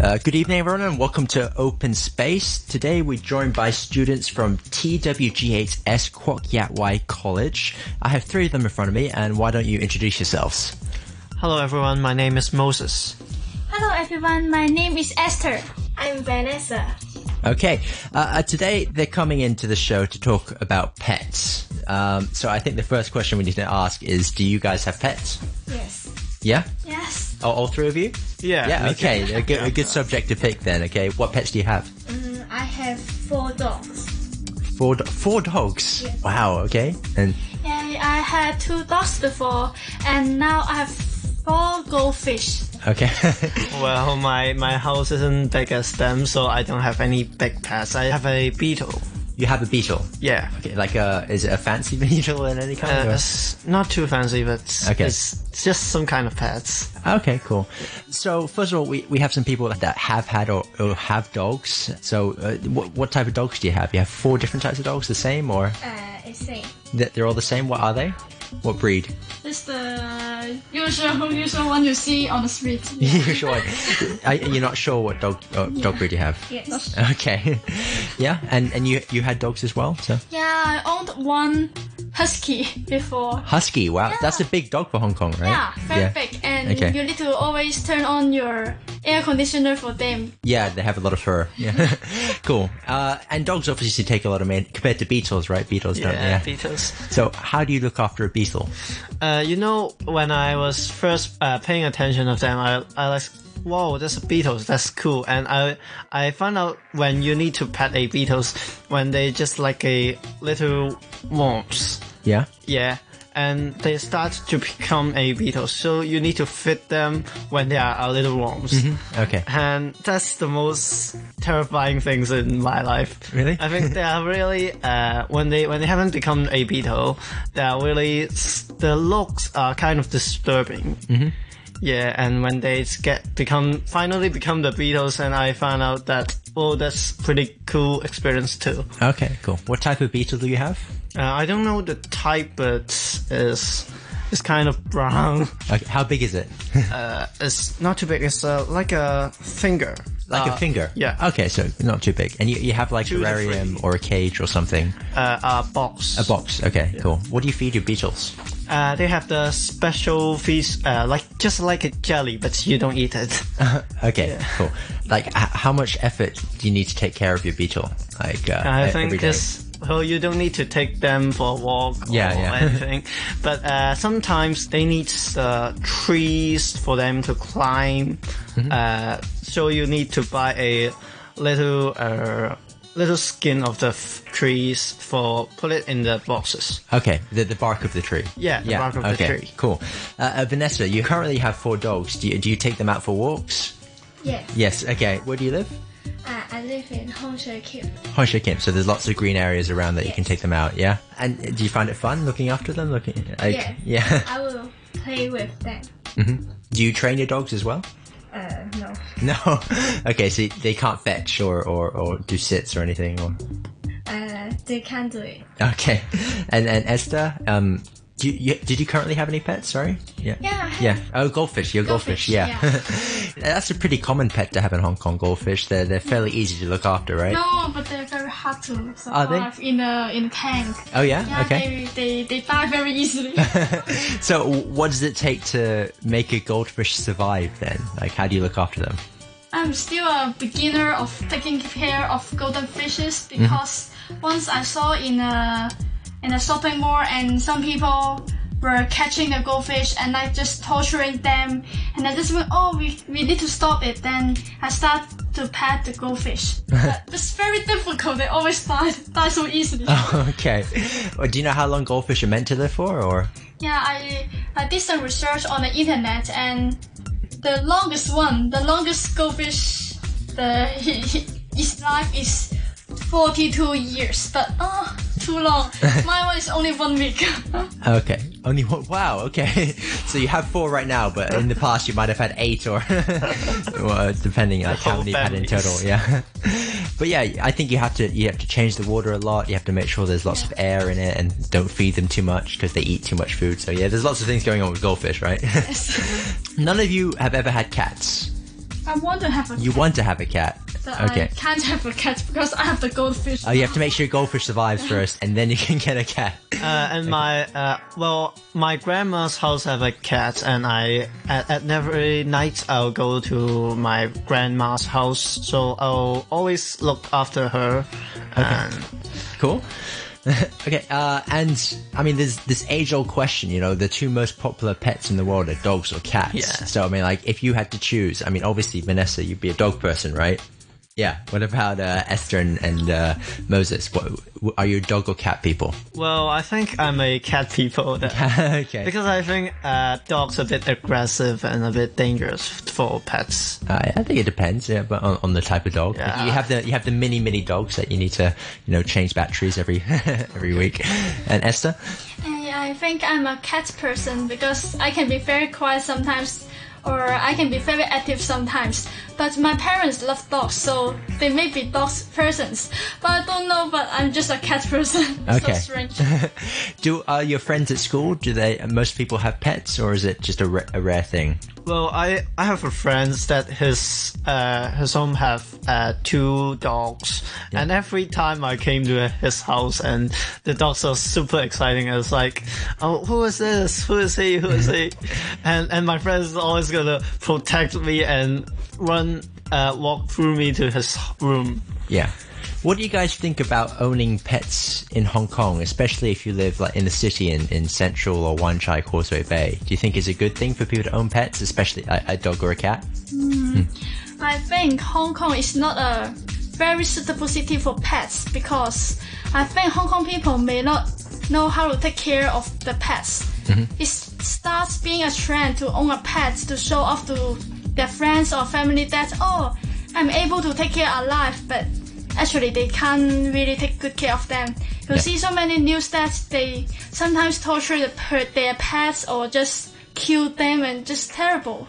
Uh, good evening, everyone, and welcome to Open Space. Today, we're joined by students from TWGHS Kwok Yat Wai College. I have three of them in front of me, and why don't you introduce yourselves? Hello everyone, my name is Moses. Hello everyone, my name is Esther. I'm Vanessa. Okay, uh, uh, today they're coming into the show to talk about pets. Um, so I think the first question we need to ask is, do you guys have pets? Yes. Yeah? Yes. All, all three of you? Yeah, Yeah, me okay. A good, a good subject to pick then, okay? What pets do you have? Mm, I have four dogs. Four, do- four dogs? Wow, okay. And Yeah, I had two dogs before, and now I have four goldfish. Okay. Well, my, my house isn't big as them, so I don't have any big pets. I have a beetle. you have a beetle. Yeah. Okay, like a is it a fancy beetle in any kind? Uh, or- it's not too fancy, but Okay. it's, it's just some kind of pets. Okay, cool. So first of all, we, we have some people that have had or, or have dogs. So uh, what what type of dogs do you have? You have four different types of dogs, the same or Uh, it's eight. that they're all the same? What are they? What breed? It's the usual usual one you see on the street. you're sure. I, you're not sure what dog uh, dog breed you have. Yes. Okay. yeah, and and you you had dogs as well. So Yeah, I owned one husky before. husky. Wow, that's a big dog for Hong Kong, right? Yeah, very big, and Okay. you need to always turn on your air conditioner for them. Yeah, they have a lot of fur. Yeah, cool. Uh, and dogs obviously take a lot of man compared to beetles, right? Beetles don't. Yeah, Yeah. beetles. so how do you look after a beetle? Uh, you know, when I was first uh, paying attention of them, I, I like, whoa, that's a beetles. That's cool. And I I found out when you need to pet a beetles, when they just like a little worms. Yeah. Yeah, and they start to become a beetle, so you need to feed them when they are a little worms. Okay. And that's the most terrifying things in my life. Really? I think they are really uh, when they when they haven't become a beetle, they are really s- the looks are kind of disturbing. Mm-hmm. Yeah, and when they get become finally become the beetles, and I found out that oh, that's pretty cool experience too. Okay. Cool. What type of beetle do you have? Uh, I don't know the type, but it's it's kind of brown. Okay. How big is it? It's not too big. It's uh, like a finger. Like Uh, a finger. Yeah. Okay, so not too big, and you, you have like a Two to three. terrarium or a cage or something. Uh, a box. A box. Okay. Cool. What do you feed your beetles? Uh, they have the special fish, uh, like just like a jelly, but you don't eat it. Okay. Cool. Like, h- how much effort do you need to take care of your beetle? Like, uh, I e- think every day? this. Well, you don't need to take them for a walk or Yeah, yeah. anything. But uh, sometimes they need uh, trees for them to climb. Mm-hmm. Uh, so you need to buy a little uh, little skin of the f- trees for put it in the boxes. Okay, the, the bark of the tree. Yeah, the bark of the okay, tree. Cool. Uh, uh, Vanessa, you currently have four dogs. Do you, do you take them out for walks? Yes. Yes. Okay. Where do you live? Uh, I live in Hongshire Cube. Honsha Kim. So there's lots of green areas around that you can Yes. take them out. Yeah. And uh, do you find it fun looking after them? Looking. Like, Yes. Yeah. I will play with them. Do you train your dogs as well? Uh, no. No. okay. So they can't fetch or, or, or do sits or anything. Or Uh, they can't do it. okay. And and Esther, um, do you, you, did you currently have any pets? Sorry. Yeah. Yeah, I have. Yeah. Oh, goldfish. You're goldfish. Goldfish, Yeah. That's a pretty common pet to have in Hong Kong. Goldfish. They're they're fairly easy to look after, right? No, but they're very hard to Are they? survive in a in a tank. Oh yeah. Yeah, okay. they, they they die very easily. So w- what does it take to make a goldfish survive then? Like, how do you look after them? I'm still a beginner of taking care of golden fishes Mm-hmm. because once I saw in a in a shopping mall and some people were catching the goldfish and I just torturing them and I just went oh we, we need to stop it then I start to pet the goldfish but it's very difficult they always die die so easily Uh, okay. Well, do you know how long goldfish are meant to live for? Or yeah I I did some research on the internet and the longest one, the longest goldfish, the he, he, his life is 42 years, but ah, too long. My one is only one week. okay, only one. Wow. Okay. so you have four right now, but in the past you might have had eight or, well, depending like how whole many you had in total. families. Yeah. but yeah, I think you have to you have to change the water a lot. You have to make sure there's lots of air in it, and don't feed them too much because they eat too much food. So yeah, there's lots of things going on with goldfish, right? None of you have ever had cats. I want to have a You cat, want to have a cat. but I Okay. can't have a cat because I have the goldfish. Oh, you have to make sure goldfish survives first, and then you can get a cat. Uh, and my uh, well, my grandma's house have a cat, and I at, at every night I'll go to my grandma's house, so I'll always look after her. And Cool. okay, uh, and I mean, there's this age-old question, you know, the two most popular pets in the world are dogs or cats. Yeah. So I mean, like, if you had to choose, I mean, obviously, Vanessa, you'd be a dog person, right? Yeah. What about uh, Esther and, and uh, Moses? What w- are you dog or cat people? well, I think I'm a cat people. That, okay. because I think uh, dogs are a bit aggressive and a bit dangerous for pets. I, I think it depends, yeah, but on, on the type of dog. Yeah. You have the you have the mini mini dogs that you need to you know change batteries every every week. And Esther, I, I think I'm a cat person because I can be very quiet sometimes or I can be very active sometimes. But my parents love dogs, so they may be dogs persons. But I don't know, but I'm just a cat person. Okay. so strange. do uh, your friends at school? Do they most people have pets, or is it just a, ra- a rare thing? Well, I, I have a friend that his uh, his home have uh, two dogs, and every time I came to his house, and the dogs are super exciting. I was like, "Oh, who is this? Who is he? Who is he?" and and my friend is always gonna protect me and run uh, walk through me to his room. Yeah. What do you guys think about owning pets in Hong Kong, especially if you live like in the city in, in Central or Wan Chai Causeway Bay? Do you think it's a good thing for people to own pets, especially a, a dog or a cat? I think Hong Kong is not a very suitable city for pets because I think Hong Kong people may not know how to take care of the pets. It starts being a trend to own a pet to show off to their friends or family that oh, I'm able to take care alive, but actually they can't really take good care of them. You see so many news that they sometimes torture the, per- their pets or just kill them and just terrible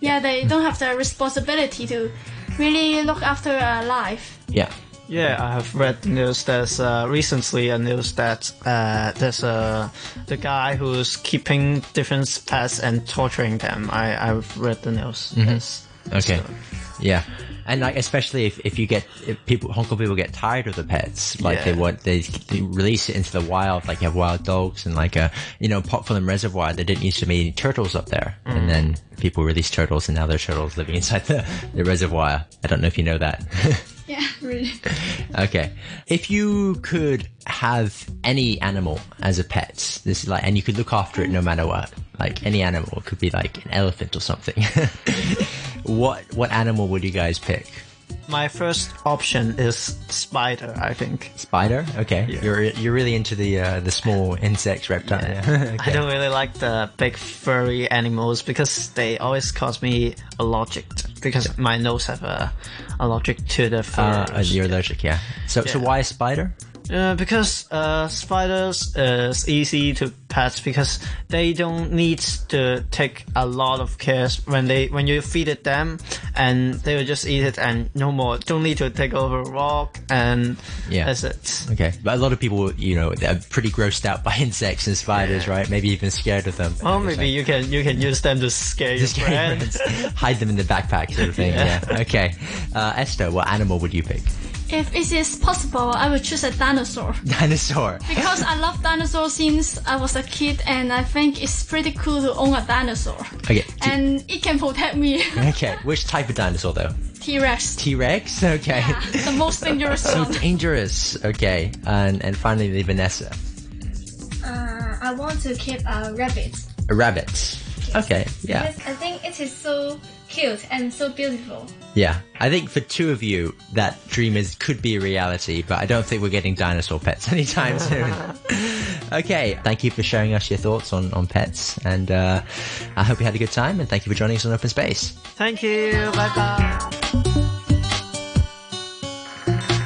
yeah, they don't have the responsibility to really look after a life. Yeah. Yeah, I have read the news. There's uh, recently a news that uh, there's a the guy who's keeping different pets and torturing them. I I've read the news. Yes. Mm-hmm. Okay. So- Yeah. And like, especially if, if you get, if people, Hong Kong people get tired of the pets, like they Yeah. want, they, they release it into the wild, like you have wild dogs and like a, you know, Popfilm Reservoir, there didn't used to be any turtles up there. Mm. And then people release turtles and now there are turtles living inside the, the reservoir. I don't know if you know that. Yeah, really. okay. If you could have any animal as a pet, this is like, and you could look after it no matter what, like any animal, it could be like an elephant or something. what, what animal would you guys pick? My first option is spider. I think Spider. Okay, you're you're really into the uh, the small insects, reptile. Yeah. I don't really like the big furry animals because they always cause me allergic. Because my nose have a allergic to the fur. Uh, uh, you're allergic, yeah. So so Yeah. why a spider? Uh, because uh, spiders uh, is easy to pet because they don't need to take a lot of care when they when you feed it them and they will just eat it and no more don't need to take over a walk and Yeah. that's it Okay, but a lot of people, you know, they're pretty grossed out by insects and spiders, right? Maybe even scared of them. or maybe you can you can use them to scare your Just kidding, friends friends. hide them in the backpack, sort of thing. Yeah. Okay, uh, Esther, what animal would you pick? If it is possible, I would choose a dinosaur Dinosaur. because I love dinosaurs since I was a kid, and I think it's pretty cool to own a dinosaur. Okay. T- And it can protect me. okay. Which type of dinosaur though? T Rex, T Rex. Okay. Ah, the most dangerous so one. dangerous. Okay, and and finally the Vanessa. Uh, I want to keep a rabbit A rabbit. Okay. Yeah. because I think it is so cute and so beautiful. Yeah, I think for two of you, that dream is could be a reality, but I don't think we're getting dinosaur pets anytime soon. okay, thank you for sharing us your thoughts on, on pets, and uh, I hope you had a good time, and thank you for joining us on Open Space. thank you bye bye